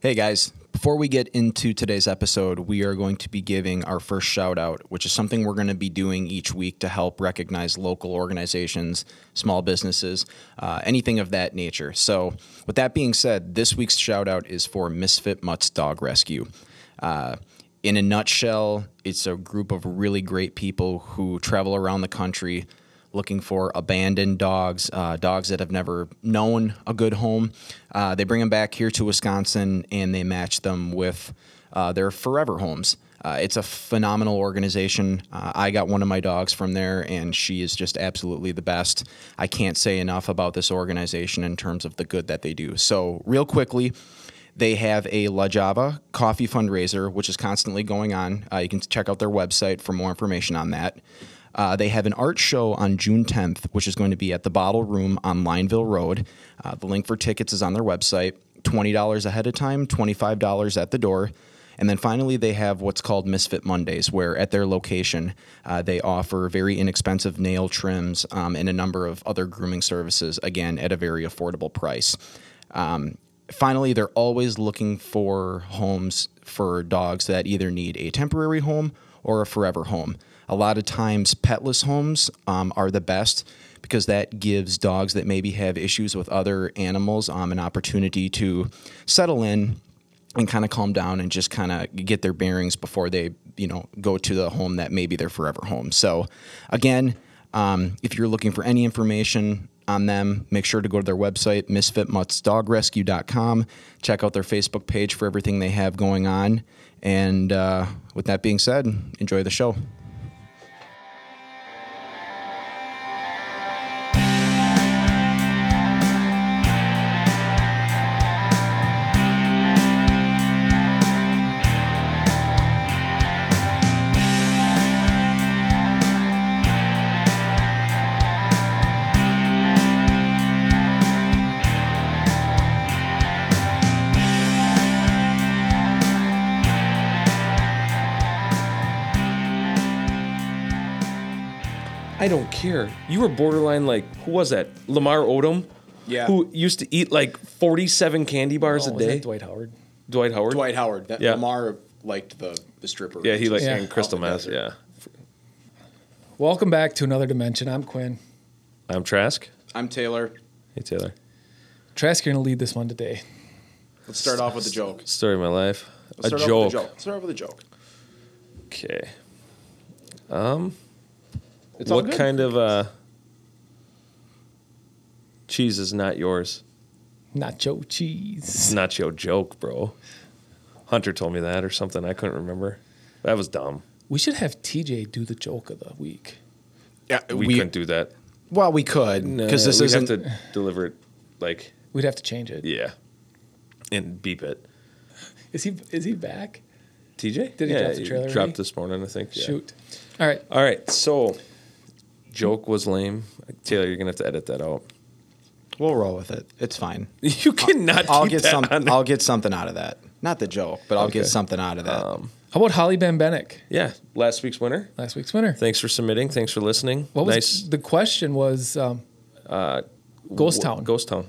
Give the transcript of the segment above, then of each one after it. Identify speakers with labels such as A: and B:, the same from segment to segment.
A: Hey guys, before we get into today's episode, we are going to be giving our first shout out, which is something we're going to be doing each week to help recognize local organizations, small businesses, uh, anything of that nature. So, with that being said, this week's shout out is for Misfit Mutt's Dog Rescue. Uh, in a nutshell, it's a group of really great people who travel around the country looking for abandoned dogs, uh, dogs that have never known a good home. Uh, they bring them back here to Wisconsin and they match them with uh, their forever homes. Uh, it's a phenomenal organization. Uh, I got one of my dogs from there, and she is just absolutely the best. I can't say enough about this organization in terms of the good that they do. So, real quickly, they have a La Java coffee fundraiser, which is constantly going on. Uh, you can check out their website for more information on that. Uh, they have an art show on June 10th, which is going to be at the Bottle Room on Lineville Road. Uh, the link for tickets is on their website. $20 ahead of time, $25 at the door. And then finally, they have what's called Misfit Mondays, where at their location, uh, they offer very inexpensive nail trims um, and a number of other grooming services, again, at a very affordable price. Um, finally, they're always looking for homes for dogs that either need a temporary home or a forever home. A lot of times, petless homes um, are the best because that gives dogs that maybe have issues with other animals um, an opportunity to settle in and kind of calm down and just kind of get their bearings before they, you know, go to the home that may be their forever home. So, again, um, if you're looking for any information on them, make sure to go to their website, misfitmuttsdogrescue.com. Check out their Facebook page for everything they have going on. And uh, with that being said, enjoy the show.
B: I don't care. You were borderline like who was that? Lamar Odom.
A: Yeah.
B: Who used to eat like forty-seven candy bars
C: Oh,
B: a
C: was that
B: day?
C: Dwight Howard.
B: Dwight Howard.
A: Dwight Howard, that
B: Yeah.
A: Lamar liked the, the stripper.
B: Yeah, he like
C: Yeah.
B: and crystal meth. Yeah.
C: Welcome back to another dimension. I'm Quinn.
B: I'm Trask.
A: I'm Taylor.
B: Hey Taylor.
C: Trask, you're gonna lead this one today.
A: Let's start off with a joke.
B: Story of my life.
A: Let's
B: a
A: start
B: joke.
A: Off with a joke. Let's start off with a joke.
B: Okay. Um,
A: It's all
B: what
A: good.
B: kind of uh, cheese is not yours?
C: Nacho cheese.
B: It's not your joke, bro. Hunter told me that or something. I couldn't remember. That was dumb.
C: We should have TJ do the joke of the week.
A: Yeah,
B: We, couldn't do that
A: Well, we could because this
B: we
A: isn't.
B: have to deliver it like
C: We'd have to change it. Is
B: yeah, and beep it.
C: he is he back?
B: TJ?
C: Did he
B: yeah,
C: drop the trailer
B: dropped
C: already?
B: this morning, I think. yeah.
C: Shoot. All right.
B: All right, so joke was lame. Taylor, you're gonna have to edit that out.
A: We'll roll with it. It's fine.
B: You cannot.
A: I'll
B: keep
A: get
B: that
A: some.
B: on there.
A: I'll get something out of that. Not the joke, but I'll get
B: Okay. Um,
A: something out of that.
C: How about Holly Van Bennick,
B: Yeah, last week's winner.
C: last week's winner?
B: Thanks for submitting. Thanks for listening.
C: What was
B: nice Uh,
C: the question? Was um, Ghost
B: w-
C: Town.
B: Ghost Town.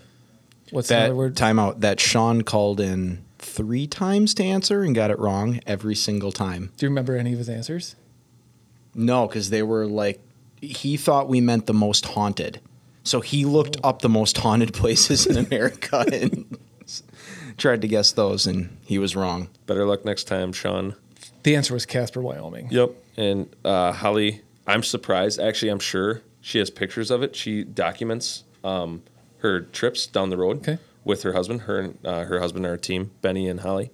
C: what's
A: that
C: another word?
A: timeout that Sean called in three times to answer and got it wrong every single time.
C: Do you remember any of his answers?
A: No, because they were like, he thought we meant the most haunted. So he looked up the most haunted places in America and s- tried to guess those, and he was wrong.
B: Better luck next time, Sean.
C: The answer was Casper, Wyoming.
B: Yep. And uh, Holly, I'm surprised. Actually, I'm sure she has pictures of it. She documents um, her trips down the road
C: Okay.
B: with her husband. Her and uh, her husband are a team, Benny and Holly.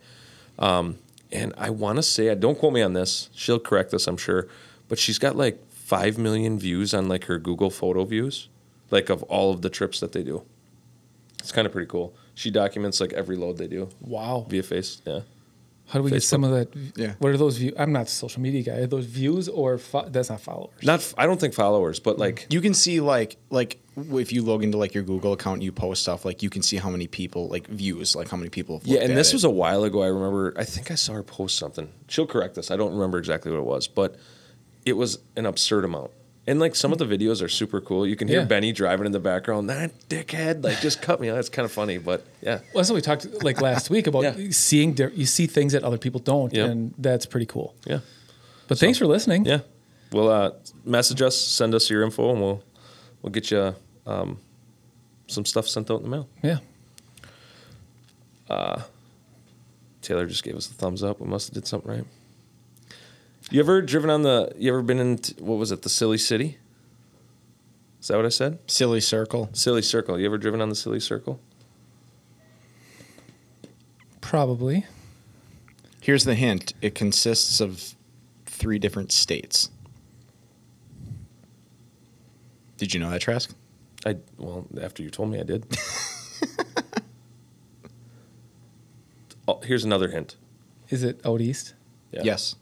B: Um, and I want to say, uh, don't quote me on this. She'll correct this, I'm sure. But she's got like five million views on like her Google photo views, like of all of the trips that they do. It's kind of pretty cool. She documents like every load they do
C: Wow.
B: via face. Yeah.
C: How do we
B: Facebook.
C: get some of that?
A: Yeah.
C: What are those views? I'm not a social media guy. Are those views or fo- that's not followers?
B: Not, f- I don't think followers, but like
A: You can see like like if you log into like your Google account, and you post stuff like you can see how many people like views, like how many people. Have
B: Yeah,
A: looked
B: and
A: at
B: this
A: it.
B: was a while ago. I remember. I think I saw her post something. She'll correct this. I don't remember exactly what it was, but it was an absurd amount. And like some of the videos are super cool. You can hear
C: Yeah.
B: Benny driving in the background, that dickhead, like just cut me. That's kind of funny, but yeah.
C: Well, that's what we talked like last week about
B: Yeah.
C: seeing di- you see things that other people don't,
B: Yep.
C: and that's pretty cool.
B: Yeah.
C: But thanks for listening.
B: Yeah. Well, uh, message us, send us your info, and we'll we'll get you um, some stuff sent out in the mail.
C: yeah.
B: Taylor just gave us the thumbs up. We must have did something right. You ever driven on the? You ever been in? t- What was it? The Silly City. Is that what I said?
A: Silly circle.
B: Silly Circle. You ever driven on the Silly Circle?
C: Probably.
A: Here's the hint it consists of three different states. Did you know that, Trask?
B: I well, after you told me, I did. oh, here's another hint.
C: Is it out east? Um,
B: Yeah.
A: Yes.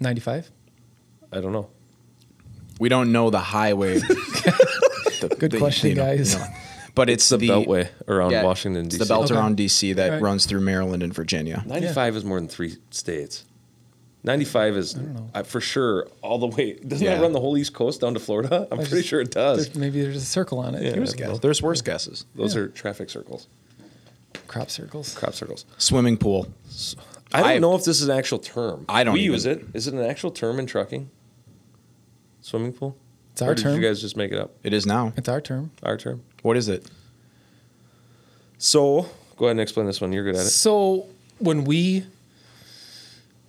C: Ninety five.
B: I don't know.
A: We don't know the highway. The-
C: Good
A: the-
C: question,
A: you know, you
C: guys.
A: know. But it's,
B: The, Beltway around
A: yeah,
B: Washington
A: it's
B: D.C.
A: the belt
C: Okay.
A: around DC that
C: Alright.
A: runs through Maryland and Virginia.
B: 95 is more than three states. 95 is
C: know.
B: I for sure all the way. Doesn't
A: Yeah.
B: that run the whole East Coast down to Florida? I'm
C: I
B: pretty
C: just-
B: sure it does.
C: There's, maybe there's a circle on it.
B: Yeah.
A: There's,
C: Here's a
A: guess. There's worse guesses.
B: Those
C: Yeah.
B: are traffic circles,
C: crop circles.
B: crop circles.
A: Swimming pool.
B: I don't
A: I-
B: know if this is an actual term.
A: I don't
B: We
A: even-
B: use it. Is it an actual term in trucking? Swimming pool.
C: It's our
B: or did
C: term.
B: You guys just make it up.
A: It is now.
C: It's our term.
B: Our term.
A: What is it?
B: So go ahead and explain this one. You're good at it.
C: So when we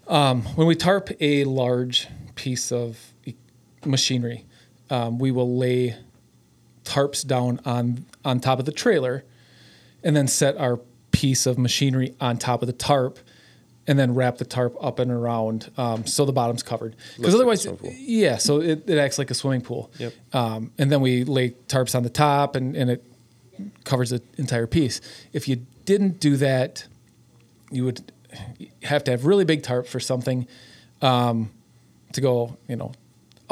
C: um, when we tarp a large piece of e- machinery, um, we will lay tarps down on on top of the trailer, and then set our piece of machinery on top of the tarp, and then wrap the tarp up and around um, so the bottom's covered.
B: Looks like
C: Because
B: a
C: otherwise,
B: swimming pool.
C: yeah, so it, it acts like a swimming pool.
B: Yep.
C: Um, and then we lay tarps on the top, and, and it covers the entire piece. If you didn't do that, you would have to have really big tarp for something um, to go, you know,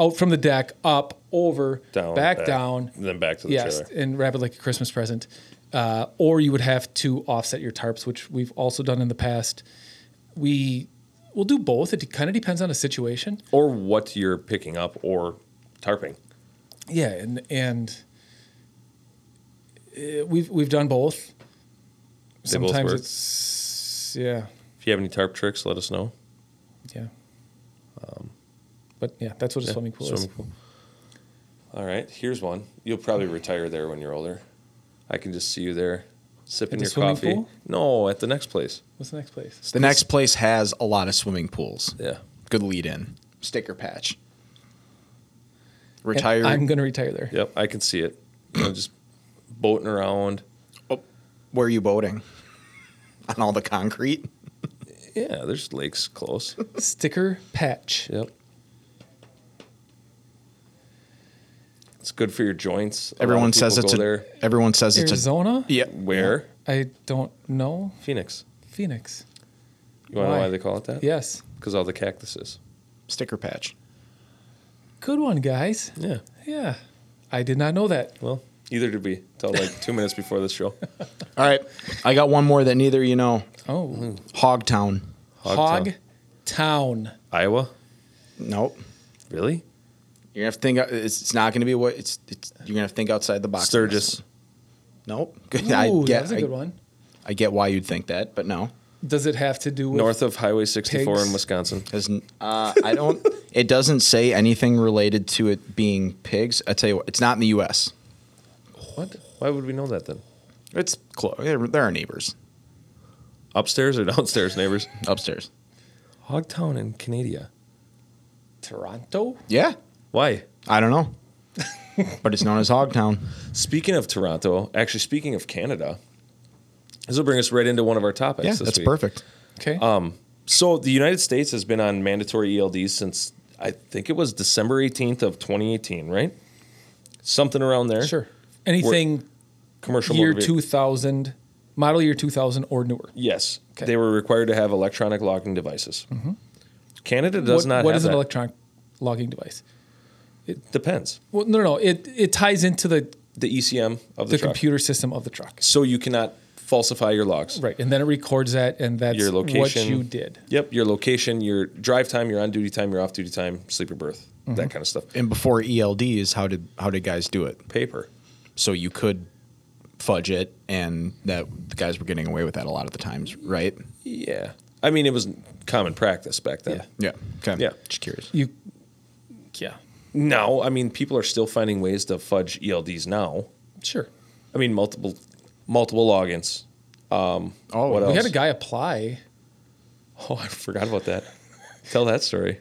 C: out from the deck, up, over,
B: Down.
C: back, down.
B: and Then back to the
C: yes,
B: trailer.
C: and wrap it like a Christmas present. Uh, or you would have to offset your tarps, which we've also done in the past. We will do both. It kind of depends on the situation.
B: Or what you're picking up or tarping.
C: Yeah, and and uh, we've we've done both.
B: They both work?
C: it's yeah,
B: If you have any tarp tricks, let us know.
C: yeah. but yeah, that's what a
B: Yeah,
C: swimming pool is.
B: swimming pool. All right, here's one. You'll probably retire there when you're older. I can just see you there sipping
C: At the
B: your
C: swimming
B: coffee.
C: pool?
B: No, at the next place.
C: What's the next place?
A: The next place has a lot of swimming pools.
B: Yeah.
A: Good lead in. Sticker patch. Retire.
C: I'm gonna retire there.
B: Yep, I can see it. You know, just boating around.
A: Where are you boating? On all the concrete?
B: Yeah, there's lakes close.
C: Sticker patch.
B: Yep. It's good for your joints. A lot of
A: Everyone says
B: people
A: it's a.
B: go there.
A: Everyone says
C: Arizona.
A: it's a. Yeah.
B: Where?
C: I don't know
B: Phoenix.
C: Phoenix.
B: You want to know
C: Why?
B: why they call it that?
C: Yes,
B: Because all the cactuses.
A: Sticker patch.
C: good one, guys.
B: Yeah.
C: Yeah, I did not know that.
B: Well, either did we till like two minutes before this show.
A: All right. I got one more that neither you know.
C: Oh,
A: Hogtown.
B: Hogtown.
C: Hog Town.
B: Iowa?
A: Nope.
B: Really?
A: You're gonna have to think. uh, It's, it's not gonna be what it's, it's. You're gonna have to think outside the box. on this
B: Sturgis.
A: one. Nope. Good. I
C: Ooh,
A: get.
C: that was a
A: I-
C: good one.
A: I get why you'd think that, but no.
C: Does it have to do with
B: North of Highway 64
C: Pigs.
B: in Wisconsin.
A: Because uh, I don't. it doesn't say anything related to it being pigs. I tell you what, it's not in the U.S.
B: What? Why would we know that then?
A: It's close. They're, they're our neighbors
B: Upstairs or downstairs, neighbors?
A: upstairs.
B: Hogtown in Canada.
C: Toronto?
A: Yeah,
B: Why?
A: I don't know, but it's known as Hogtown.
B: Speaking of Toronto, actually, speaking of Canada, this will bring us right into one of our topics.
A: Yeah,
B: this
A: that's
B: week.
A: perfect.
C: Okay.
B: So the United States has been on mandatory ELDs since I think it was December 18th of 2018, right? Something around there.
C: Sure. Anything
B: Commercial
C: year
B: motor vehi-
C: 2000, model year 2000 or newer.
B: Yes.
C: Okay. Mm-hmm.
B: They were required to have electronic logging devices. Canada does
C: What-
B: not
C: what
B: have
C: is
B: that.
C: an electronic logging device?
B: Depends.
C: Well, no, no, no. It it ties into the
B: the ECM of the,
C: the
B: truck.
C: computer system of the truck.
B: So you cannot falsify your logs.
C: Right. And then it records that, and that's
B: Your
C: what
B: location.
C: you did.
B: Yep, your location, your drive time, your on duty time, your off duty time, sleeper berth,
C: Mm-hmm.
B: that kind of stuff.
A: And before E ELDs, how did how did guys do it?
B: Paper.
A: So you could fudge it, and that the guys were getting away with that a lot of the times, right?
B: Yeah. I mean, it was common practice back then.
A: Yeah. Okay.
B: Yeah.
A: Just curious.
C: You, yeah,
B: Now, I mean, people are still finding ways to fudge ELDs now.
C: sure.
B: I mean, multiple multiple logins.
A: Oh,
B: What
C: We
B: else?
C: had a guy apply.
B: Oh, I forgot about that. Tell that story.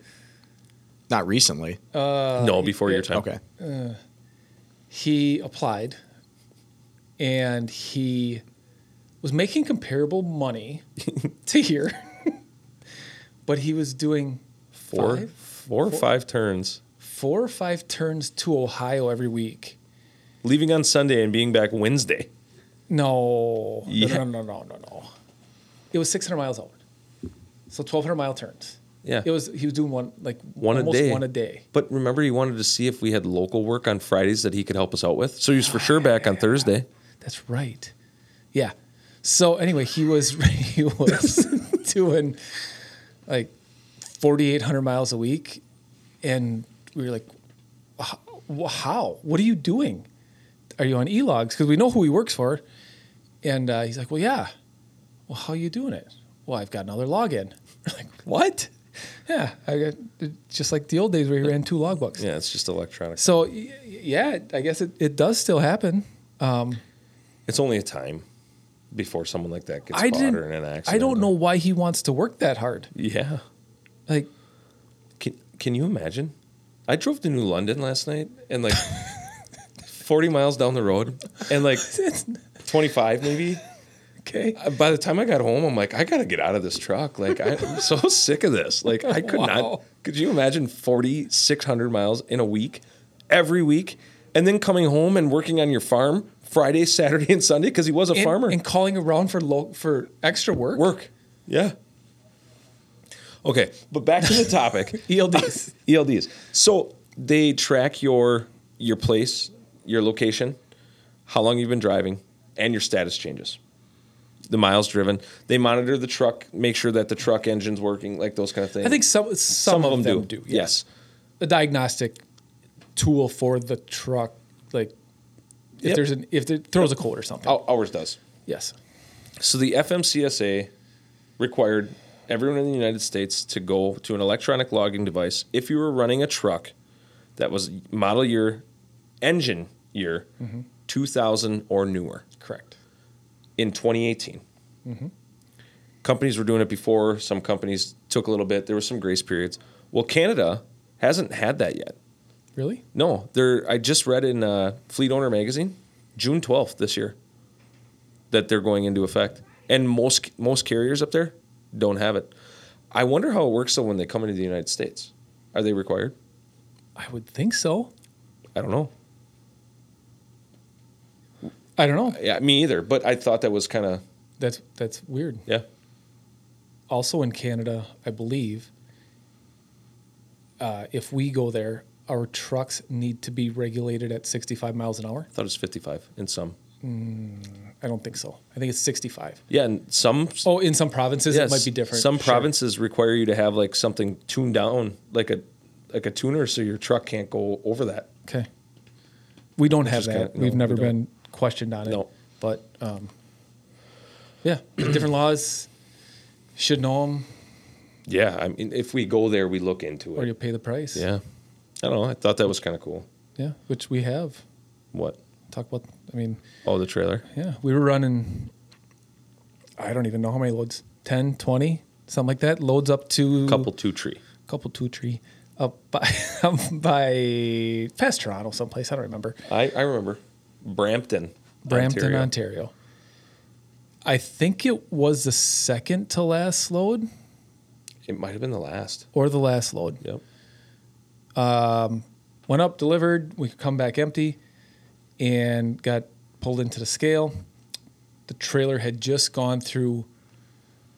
A: Not recently.
B: no, before your
C: Uh, yeah.
B: time.
A: okay.
C: He applied, and he was making comparable money to here, but he was doing
B: Four,
C: five-
B: four or five turns.
C: four or five turns to Ohio every week.
B: Leaving on Sunday and being back Wednesday.
C: No,
B: Yeah.
C: no, no, no, no, no, no. It was 600 miles out, so 1,200 mile turns.
B: Yeah.
C: it was. He was doing one like
B: One
C: almost
B: a day.
C: one a day.
B: But remember, he wanted to see if we had local work on Fridays that he could help us out with. So he was for sure back on Thursday.
C: That's right. Yeah. So anyway, he was he was doing like 4,800 miles a week, and we were like, "Wh- wh- "How? What are you doing? Are you on e logs? Because we know who he works for." And uh, he's like, "Well, yeah. Well, how are you doing it? Well, I've got another login. We're like, what? Yeah, I got just like the old days where he ran two logbooks.
B: Yeah, it's just electronic.
C: So y- y- yeah, I guess it, it does still happen.
B: It's only a time before someone like that gets
C: I
B: caught
C: didn't.
B: or in an accident.
C: I don't
B: or-
C: know why he wants to work that hard.
B: Yeah.
C: Like,
B: Can Can you imagine? I drove to New London last night and like forty miles down the road and like
C: it's,
B: twenty five maybe.
C: okay,
B: Uh, By the time I got home, I'm like, I gotta get out of this truck. Like I'm so sick of this. Like I could
C: Wow.
B: not. Could you imagine forty six hundred miles in a week, every week, and then coming home and working on your farm Friday, Saturday, and Sunday because he was a
C: and,
B: farmer.
C: and calling around for lo- for extra work.
B: work. Yeah. Okay, but back to the topic.
C: E ELDs.
B: ELDs. So they track your your place, your location, how long you've been driving, and your status changes. The miles driven. They monitor the truck, make sure that the truck engine's working, like those kind of things.
C: I think some some, of, them, do.
B: Yes.
C: a diagnostic tool for the truck. Like, if
B: Yep.
C: there's an if it throws a cold or something.
B: Ou- Ours does.
C: Yes.
B: So the FMCSA required everyone in the United States to go to an electronic logging device if you were running a truck that was model year, engine year, 2000 or newer.
C: Correct.
B: in 2018. Companies were doing it before. Some companies took a little bit. There were some grace periods. Well, Canada hasn't had that yet.
C: Really?
B: No, they're, I just read in uh, Fleet Owner Magazine, June 12th this year, that they're going into effect. And most most carriers up there don't have it. I wonder how it works though when they come into the United States. Are they required?
C: I would think so.
B: I don't know.
C: I don't know.
B: Yeah, me either. But I thought that was kind of
C: That's that's weird.
B: yeah.
C: also in Canada, I believe, uh, if we go there, our trucks need to be regulated at 65 miles an hour.
B: I thought it was 55 in some.
C: I don't think so. I think it's 65.
B: Yeah, and some
C: Oh, in some provinces,
B: Yeah,
C: it might be different.
B: Some
C: Sure.
B: provinces require you to have like something tuned down, like a like a tuner, so your truck can't go over that.
C: Okay. We don't have
B: is
C: that.
B: kinda- no,
C: We've never
B: we
C: been questioned on it.
B: No.
C: But um, yeah, different laws. Should know them,
B: Yeah, I mean, if we go there, we look into
C: or
B: it.
C: you pay the price.
B: Yeah, I don't know. I thought that was kind of cool.
C: yeah, which we have.
B: What?
C: Talk about. I mean,
B: Oh, the trailer.
C: Yeah, we were running, I don't even know how many loads 10, 20, something like that. Loads up to
B: Couple two tree.
C: couple two tree up by, up by past Toronto, someplace. I don't remember.
B: I I remember Brampton.
C: Brampton, Ontario.
B: Ontario.
C: I think it was the second to last load
B: It might have been the last.
C: or the last load.
B: Yep.
C: Went up, delivered, we could come back empty and got pulled into the scale. The trailer had just gone through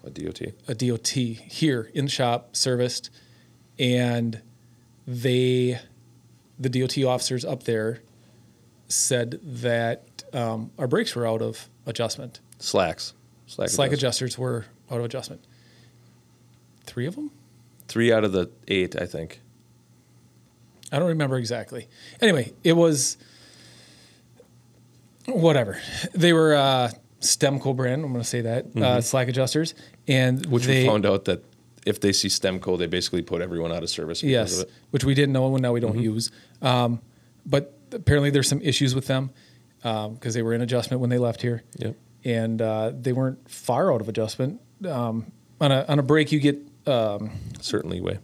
B: A DOT.
C: a DOT here in shop serviced, and they, the DOT officers up there, said that um, our brakes were out of adjustment.
B: Slacks. Slack,
C: Slack
B: adjust-
C: adjusters were out of adjustment. Three of them?
B: Three out of the eight, I think.
C: I don't remember exactly. Anyway, it was whatever. They were uh, Stemco brand. I'm going to say that uh, slack adjusters, and
B: Mm-hmm. Which
C: they,
B: we found out that if they see STEMCO, they basically put everyone out of service because
C: yes,
B: of it.
C: which we didn't know and now we don't use. Um, but apparently, there's some issues with them because they were in adjustment when they left here.
B: Yep.
C: and uh, they weren't far out of adjustment. Um, on a on a break, you get
B: Certainly way.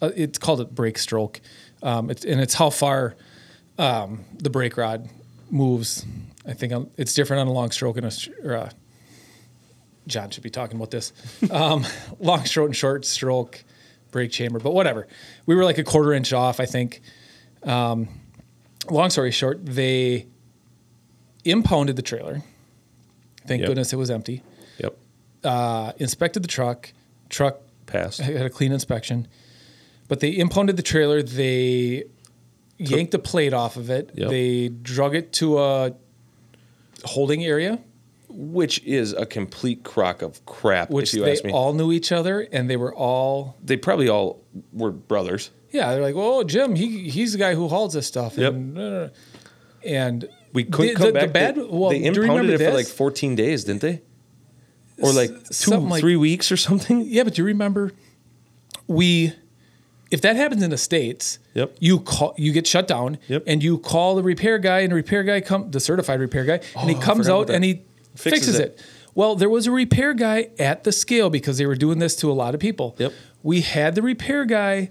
C: uh, it's called a brake stroke. Um, it's, and it's how far um, the brake rod moves. I think on, it's different on a long stroke and a. sh- Or a John should be talking about this. Um, long stroke and short stroke brake chamber, but whatever. We were like a quarter inch off, I think. Um, long story short, they impounded the trailer. Thank
B: Yep.
C: goodness it was empty.
B: Yep.
C: Uh, inspected the truck. Truck
B: Passed.
C: I had a clean inspection. But they impounded the trailer. They yanked the plate off of it.
B: Yep.
C: They drug it to a holding area,
B: Which is a complete crock of crap,
C: which
B: if you
C: they
B: ask me.
C: all knew each other, and they were all
B: they probably all were brothers.
C: yeah. They're like, "Oh, Jim, he he's the guy who hauls this stuff."
B: Yep.
C: And, uh, and
B: We couldn't
C: the,
B: come
C: the,
B: back.
C: The bad.
B: they,
C: well,
B: they
C: do you remember
B: impounded it for like
C: this?
B: 14 days, didn't they? Or like
C: S-
B: two,
C: something like-
B: three weeks or something.
C: Yeah, but you remember we if that happens in the states,
B: Yep.
C: you call you get shut down
B: Yep.
C: and you call the repair guy and the repair guy come the certified repair guy and he
B: Oh, I
C: comes
B: forgot
C: out
B: about that.
C: and he
B: Fixes
C: fixes,
B: it.
C: it. Well, there was a repair guy at the scale because they were doing this to a lot of people.
B: Yep.
C: We had the repair guy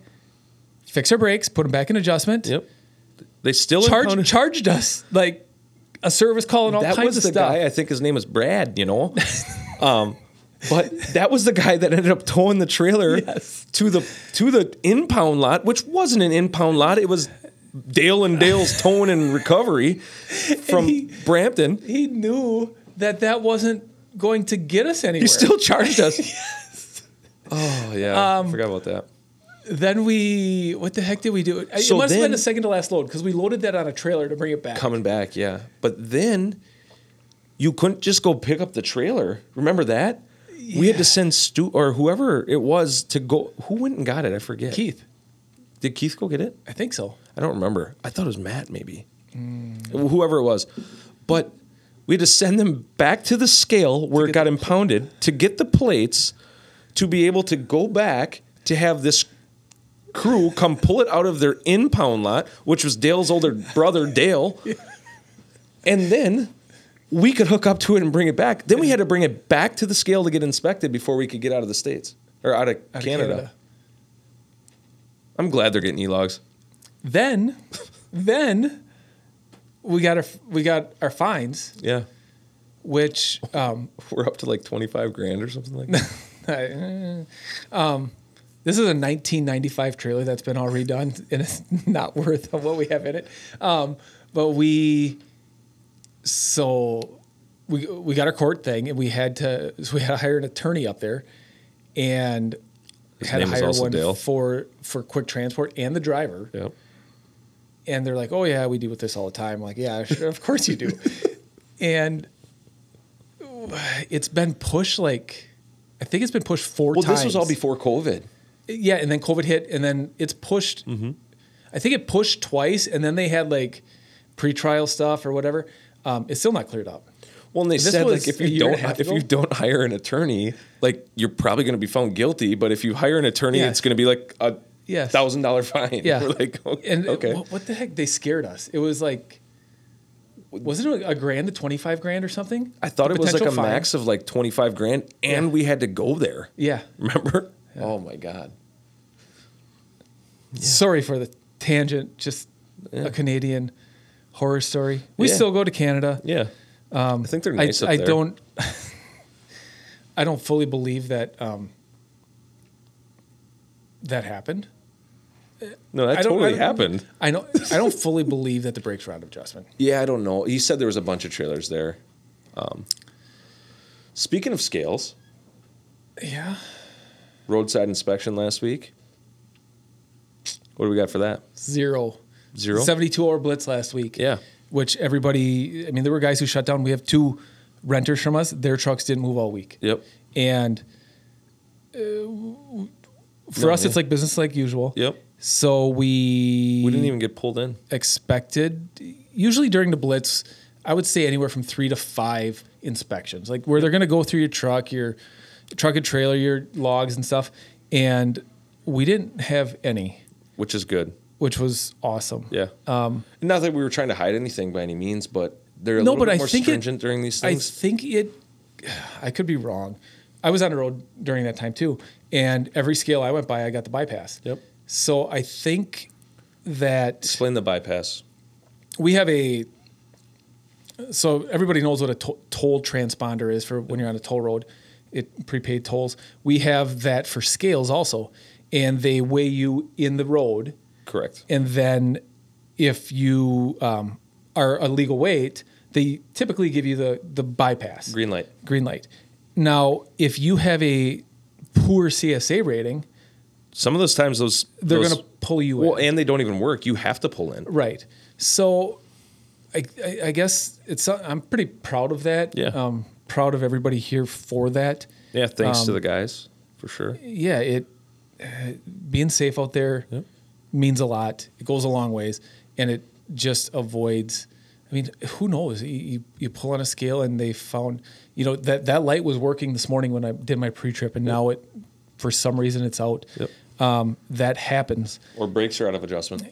C: fix our brakes, put them back in adjustment,
B: Yep. They still
C: charge
B: impounded-
C: charged us like a service call and all
B: that
C: kinds
B: was
C: of
B: the
C: stuff.
B: guy. I think his name was Brad. You know, um, but that was the guy that ended up towing the trailer
C: Yes.
B: to the to the impound lot, which wasn't an impound lot. It was Dale and Dale's towing and recovery from
C: he-
B: Brampton.
C: He knew that that wasn't going to get us anywhere.
B: He still charged us. Oh yeah,
C: Um,
B: I forgot about that.
C: Then we, what the heck did we do? It-
B: So
C: it must have
B: then-
C: been the second to last load because we loaded that on a trailer to bring it back.
B: Coming back, yeah. But then you couldn't just go pick up the trailer. Remember that? We had to send Stu or whoever it was to go. Who went and got it? I forget.
C: Keith,
B: Did Keith go get it?
C: I think so.
B: I don't remember. I thought it was Matt, maybe. Hmm. Whoever it was. But we had to send them back to the scale where it got impounded to get the plates to be able to go back to have this crew come pull it out of their impound lot, which was Dale's older brother, Dale. And then we could hook up to it and bring it back. Then we had to bring it back to the scale to get inspected before we could get out of the States or out of,
C: Out of
B: Canada. I'm glad they're getting e logs.
C: Then, then we got our we got our fines,
B: Yeah.
C: which um,
B: we're up to like 25 grand or something like that.
C: I- um, this is a 1995 trailer that's been all redone and it's not worth what we have in it. Um, but we, so we we got our court thing and we had to so we had to hire an attorney up there and had to
B: name was
C: hire
B: also
C: one
B: Dale.
C: for for quick transport and the driver
B: yep.
C: and they're like, "Oh yeah, we deal with this all the time." I'm like, yeah, sure, of course you do. and it's been pushed like, I think it's been pushed four
B: Well,
C: times.
B: this was all before COVID.
C: Yeah, and then COVID hit, and then it's pushed.
B: Mm-hmm.
C: I think it pushed twice, and then they had like pretrial stuff or whatever. Um, it's still not cleared up.
B: Well, and they
C: This
B: said
C: was
B: like if
C: a
B: you
C: year and a
B: don't
C: half
B: if
C: ago?
B: you don't hire an attorney, like you're probably going to be found guilty. But if you hire an attorney,
C: Yeah.
B: it's going to be like a
C: Yes.
B: thousand dollar fine.
C: Yeah,
B: We're like okay.
C: and uh,
B: okay.
C: What, what the heck? They scared us. It was like. Wasn't it a grand to twenty five grand or something?
B: I thought
C: The
B: it was like a
C: potential fine.
B: max of like 25 grand, and we had to go there.
C: Yeah.
B: Remember? Oh my god.
C: Sorry for the tangent. Just
B: Yeah.
C: a Canadian horror story. We
B: Yeah.
C: still go to Canada.
B: Yeah. Um, I think they're
C: I,
B: nice up
C: I
B: there.
C: don't. I don't fully believe that um, that happened.
B: No, that
C: I don't-
B: totally
C: I don't-
B: happened.
C: I don't. I don't fully believe that the brakes were out of adjustment.
B: Yeah, I don't know. He said there was a bunch of trailers there. Um, speaking of scales,
C: Yeah.
B: roadside inspection last week. What do we got for that?
C: Zero.
B: Zero?
C: Seventy-two hour blitz last week.
B: Yeah.
C: which everybody, I mean, there were guys who shut down. We have two renters from us. Their trucks didn't move all week.
B: Yep.
C: And uh, for
B: No,
C: us,
B: yeah.
C: it's like business like usual.
B: Yep.
C: So we
B: We didn't even get pulled in.
C: expected usually during the blitz i would say anywhere from three to five inspections like where they're going to go through your truck your truck and trailer your logs and stuff and we didn't have any
B: which is good.
C: which was awesome
B: Yeah. Um, Not that we were trying to hide anything by any means, but they're a
C: No,
B: little
C: but
B: bit
C: I
B: more
C: think it-
B: stringent during these
C: i
B: things.
C: think it i could be wrong i was on the road during that time too and every scale i went by i got the bypass
B: Yep.
C: so i think that
B: Explain the bypass.
C: we have a so everybody knows what a to- toll transponder is for when you're on a toll road it prepaid tolls we have that for scales also and they weigh you in the road
B: Correct.
C: and then if you um, are a legal weight they typically give you the the bypass
B: Green light.
C: green light now if you have a poor csa rating
B: Some of those times those
C: they're
B: those-
C: going to pull you
B: well,
C: in
B: and they don't even work. You have to pull in.
C: Right. So, I, I, I guess it's. I'm pretty proud of that.
B: Yeah.
C: Um, proud of everybody here for that.
B: Yeah, thanks to the guys for sure.
C: Yeah. It uh, being safe out there means a lot. It goes a long ways, and it just avoids. I mean, who knows? You, you, you pull on a scale, and they found. You know that that light was working this morning when I did my pre-trip, and now it, for some reason, it's out.
B: Yep.
C: Um, that happens
B: Or brakes are out of adjustment.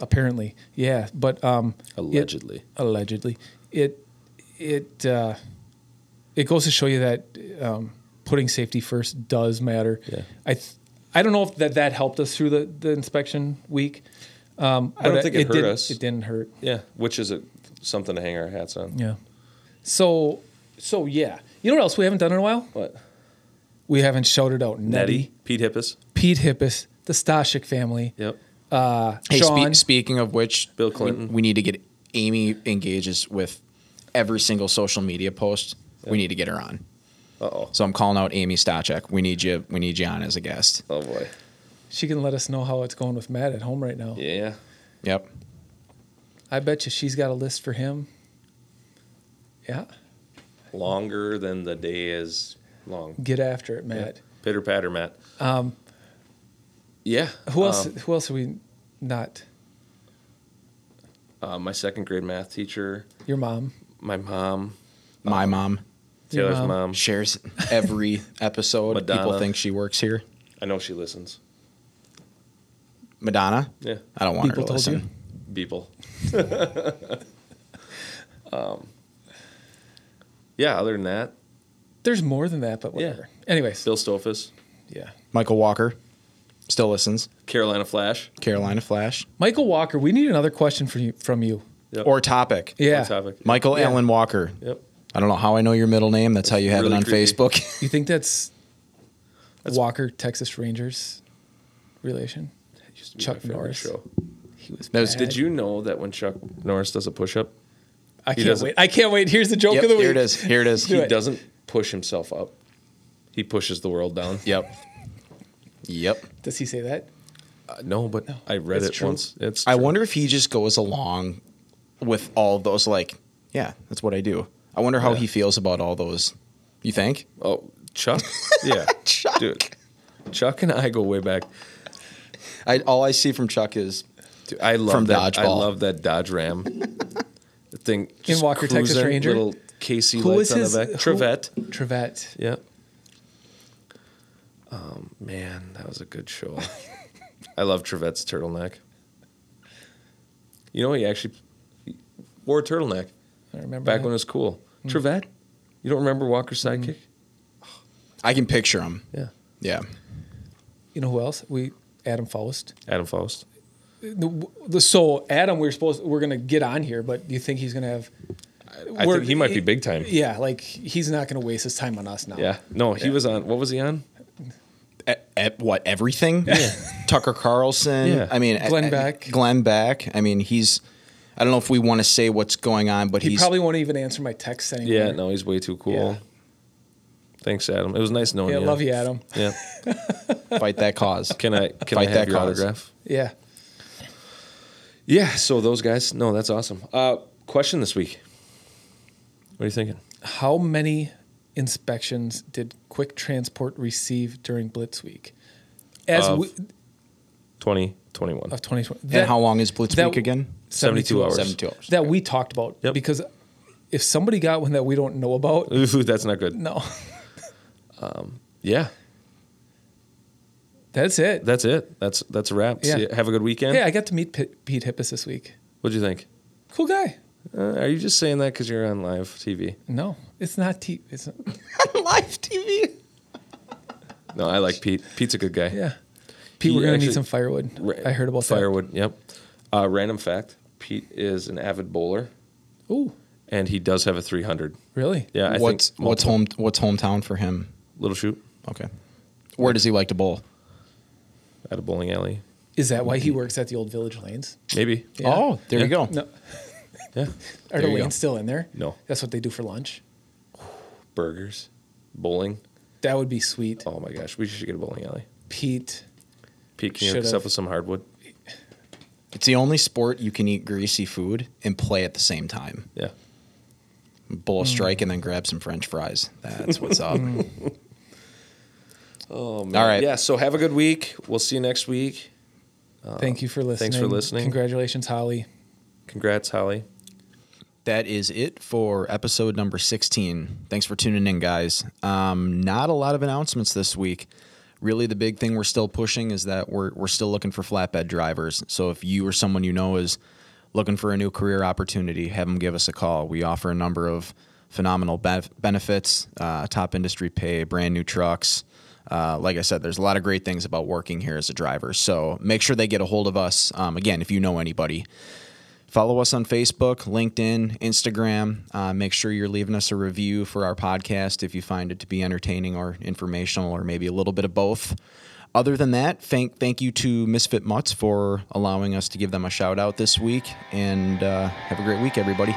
C: apparently. Yeah, but um, it-
B: Allegedly.
C: allegedly it it uh, it goes to show you that um, putting safety first does matter
B: Yeah.
C: i th- i don't know if that that helped us through the, the inspection week um,
B: I don't
C: but
B: think it hurt
C: didn't,
B: us.
C: it didn't hurt
B: Yeah, which is a, something to hang our hats on.
C: yeah so so yeah you know what else we haven't done in a while
B: What?
C: we haven't shouted out nettie,
B: Nettie, Pete Hippis.
C: pete hippis the stashik family
B: Yep.
C: uh
A: Hey, spe-
C: sean
A: speaking of which,
B: Bill Clinton.
A: we, we need to get Amy engages with every single social media post. We need to get her on.
B: Uh oh.
A: So I'm calling out Amy Stachek. We need you. We need you on as a guest.
B: Oh boy.
C: she can let us know how it's going with matt at home right now
B: Yeah.
A: Yep.
C: i bet you she's got a list for him yeah
B: Longer than the day is long.
C: get after it matt
B: Pitter patter, Matt. Um. Yeah.
C: Who else?
B: Um,
C: who else are we not?
B: uh, my second grade math teacher,
C: Your mom.
B: my mom,
A: My mom
C: Your
B: Taylor's
C: mom.
B: mom.
A: shares every episode. People
B: Um. Madonna.
A: think she works here.
B: I know she listens.
A: Madonna.
B: Yeah.
A: I don't want
C: People
A: her to
C: told you?
A: listen.
B: Beeple. um. Yeah. Other than that,
C: There's more than that, but whatever. Anyways,
B: Bill Stofus,
C: yeah.
A: Michael Walker still listens.
B: Carolina Flash.
A: Carolina Flash
C: Michael Walker, we need another question from you. From you.
B: Yep.
A: or topic.
C: Yeah.
B: On topic.
A: Michael
C: Yeah.
A: Allen Walker.
B: Yep.
A: I don't know how I know your middle name. That's, how you have
B: really
A: it on
B: creepy.
A: Facebook.
C: You think that's,
B: That's-
C: Walker Texas Rangers relation?
B: Used to be
C: Chuck
B: my favorite
C: Norris.
B: Show.
C: He was.
A: That was-
C: bad.
B: Did you know that when Chuck Norris does a push up,
C: I can't
B: doesn't-
C: wait. I can't wait. Here's the joke
A: yep,
C: of the week.
A: here it is. Here it is.
C: Do
B: he
C: it.
B: doesn't push himself up. He pushes the world down.
A: Yep. Yep.
C: Does he say that?
B: Uh, no, but I read
C: it's
B: it
C: true.
B: once. It's
A: I
B: true.
A: wonder if he just goes along with all those like, yeah, that's what I do. I wonder how
B: Yeah.
A: he feels about all those. You think?
B: Oh, Chuck? Yeah.
A: Chuck.
B: Dude. Chuck and I go way back.
A: I all I see from Chuck is
B: Dude, I love
A: From
B: that. I
A: Dodgeball.
B: love that Dodge Ram The thing. just
C: Walker, Texas
B: cruising,
C: Ranger?
B: Little Casey
C: Who
B: lights
C: is
B: on
C: his-
B: the back.
C: who-
B: Trevette.
C: Trevette.
B: Yeah. Um, man, that was a good show. I love Trevette's turtleneck. You know, he actually he wore a turtleneck
C: I remember.
B: back
C: that.
B: when it was cool. Trevette? You don't remember Walker's sidekick?
A: I can picture him.
B: Yeah.
A: Yeah.
C: you know who else? We Adam Faust.
B: Adam Faust.
C: The- the- So Adam, we we're supposed we're gonna get on here, but do you think he's gonna have?
B: I
C: We're-
B: think he might be big time.
C: Yeah, like he's not going to waste his time on us now.
B: Yeah. No, he was on. What was he on?
A: E- e- what everything? Tucker Carlson.
B: Yeah.
A: I mean,
C: Glenn
A: e- e-
C: Beck.
A: Glenn Beck. I mean, he's. I don't know if we want to say what's going on, but
C: He
A: he's
C: probably won't even answer my texts anymore.
B: Yeah. No, he's way too cool.
C: Yeah.
B: Thanks, Adam. It was nice
A: Oh,
B: knowing
C: Yeah,
B: you.
C: love you, Adam.
B: Yeah.
A: fight that cause.
B: Can I can I
A: Fight
B: have
A: that
B: your
A: cause.
B: autograph?
C: Yeah.
B: Yeah. So those guys. No, that's awesome. Uh, question this week. What are you thinking?
C: How many inspections did Quick Transport receive during Blitz Week? As
B: Of-
C: we,
B: Twenty twenty one.
C: of 2020.
A: and how long is Blitz
C: that-
A: Week again?
B: 72 hours.
A: 72 hours.
C: That we talked about
B: Yep.
C: because if somebody got one that we don't know about,
B: Ooh, that's not good.
C: no,
B: Yeah,
C: that's it.
B: that's it. That's that's a wrap.
C: Yeah.
B: See ya. have a good weekend.
C: hey, I got to meet P- Pete Hippis this week.
B: What'd you think?
C: Cool guy.
B: Uh, are you just saying that because you're on live TV?
C: No, it's not T. It's not,
A: Live TV.
B: No, I like Pete. Pete's a good guy.
C: yeah. Pete,
B: He
C: we're gonna
B: actually-
C: need some firewood.
B: Ra-
C: I heard about
B: firewood. Yep. Uh, random fact: Pete is an avid bowler,
C: that. Oh,
B: and he does have a 300.
C: really?
B: Yeah, I
A: what's
B: think
A: what's home what's hometown for him?
B: little shoot
A: Okay. Where does he like to bowl?
B: at a bowling alley.
C: Is that why he works at the old Village Lanes?
B: Maybe.
C: Yeah.
A: Oh, there you go.
C: No,
B: Yeah.
C: are
A: There
C: the
A: you go.
C: lanes still in there?
B: No.
C: That's what they do for lunch.
B: Burgers, bowling.
C: That would be sweet.
B: Oh my gosh, we should get a bowling alley.
C: Pete,
B: Pete, can you hook
C: Should've.
B: us up with some hardwood?
A: It's the only sport you can eat greasy food and play at the same time.
B: Yeah.
A: Bowl a strike and then grab some French fries. That's what's up.
B: Oh man.
A: All right.
B: Yeah. So have a good week. We'll see you next week.
C: thank you for listening.
B: Uh, thanks for listening.
C: Congratulations, Holly.
B: Congrats, Holly.
A: That is it for episode number 16. Thanks for tuning in, guys. Um, not a lot of announcements this week. Really, the big thing we're still pushing is that we're, we're still looking for flatbed drivers. So if you or someone you know is looking for a new career opportunity, have them give us a call. We offer a number of phenomenal benef- benefits, uh, top industry pay, brand new trucks. Uh, like I said, there's a lot of great things about working here as a driver. So make sure they get a hold of us. Um, again, if you know anybody, Follow us on Facebook, LinkedIn, Instagram. Uh, make sure you're leaving us a review for our podcast if you find it to be entertaining or informational, or maybe a little bit of both. Other than that, thank thank you to Misfit Mutts for allowing us to give them a shout out this week, and uh, have a great week, everybody.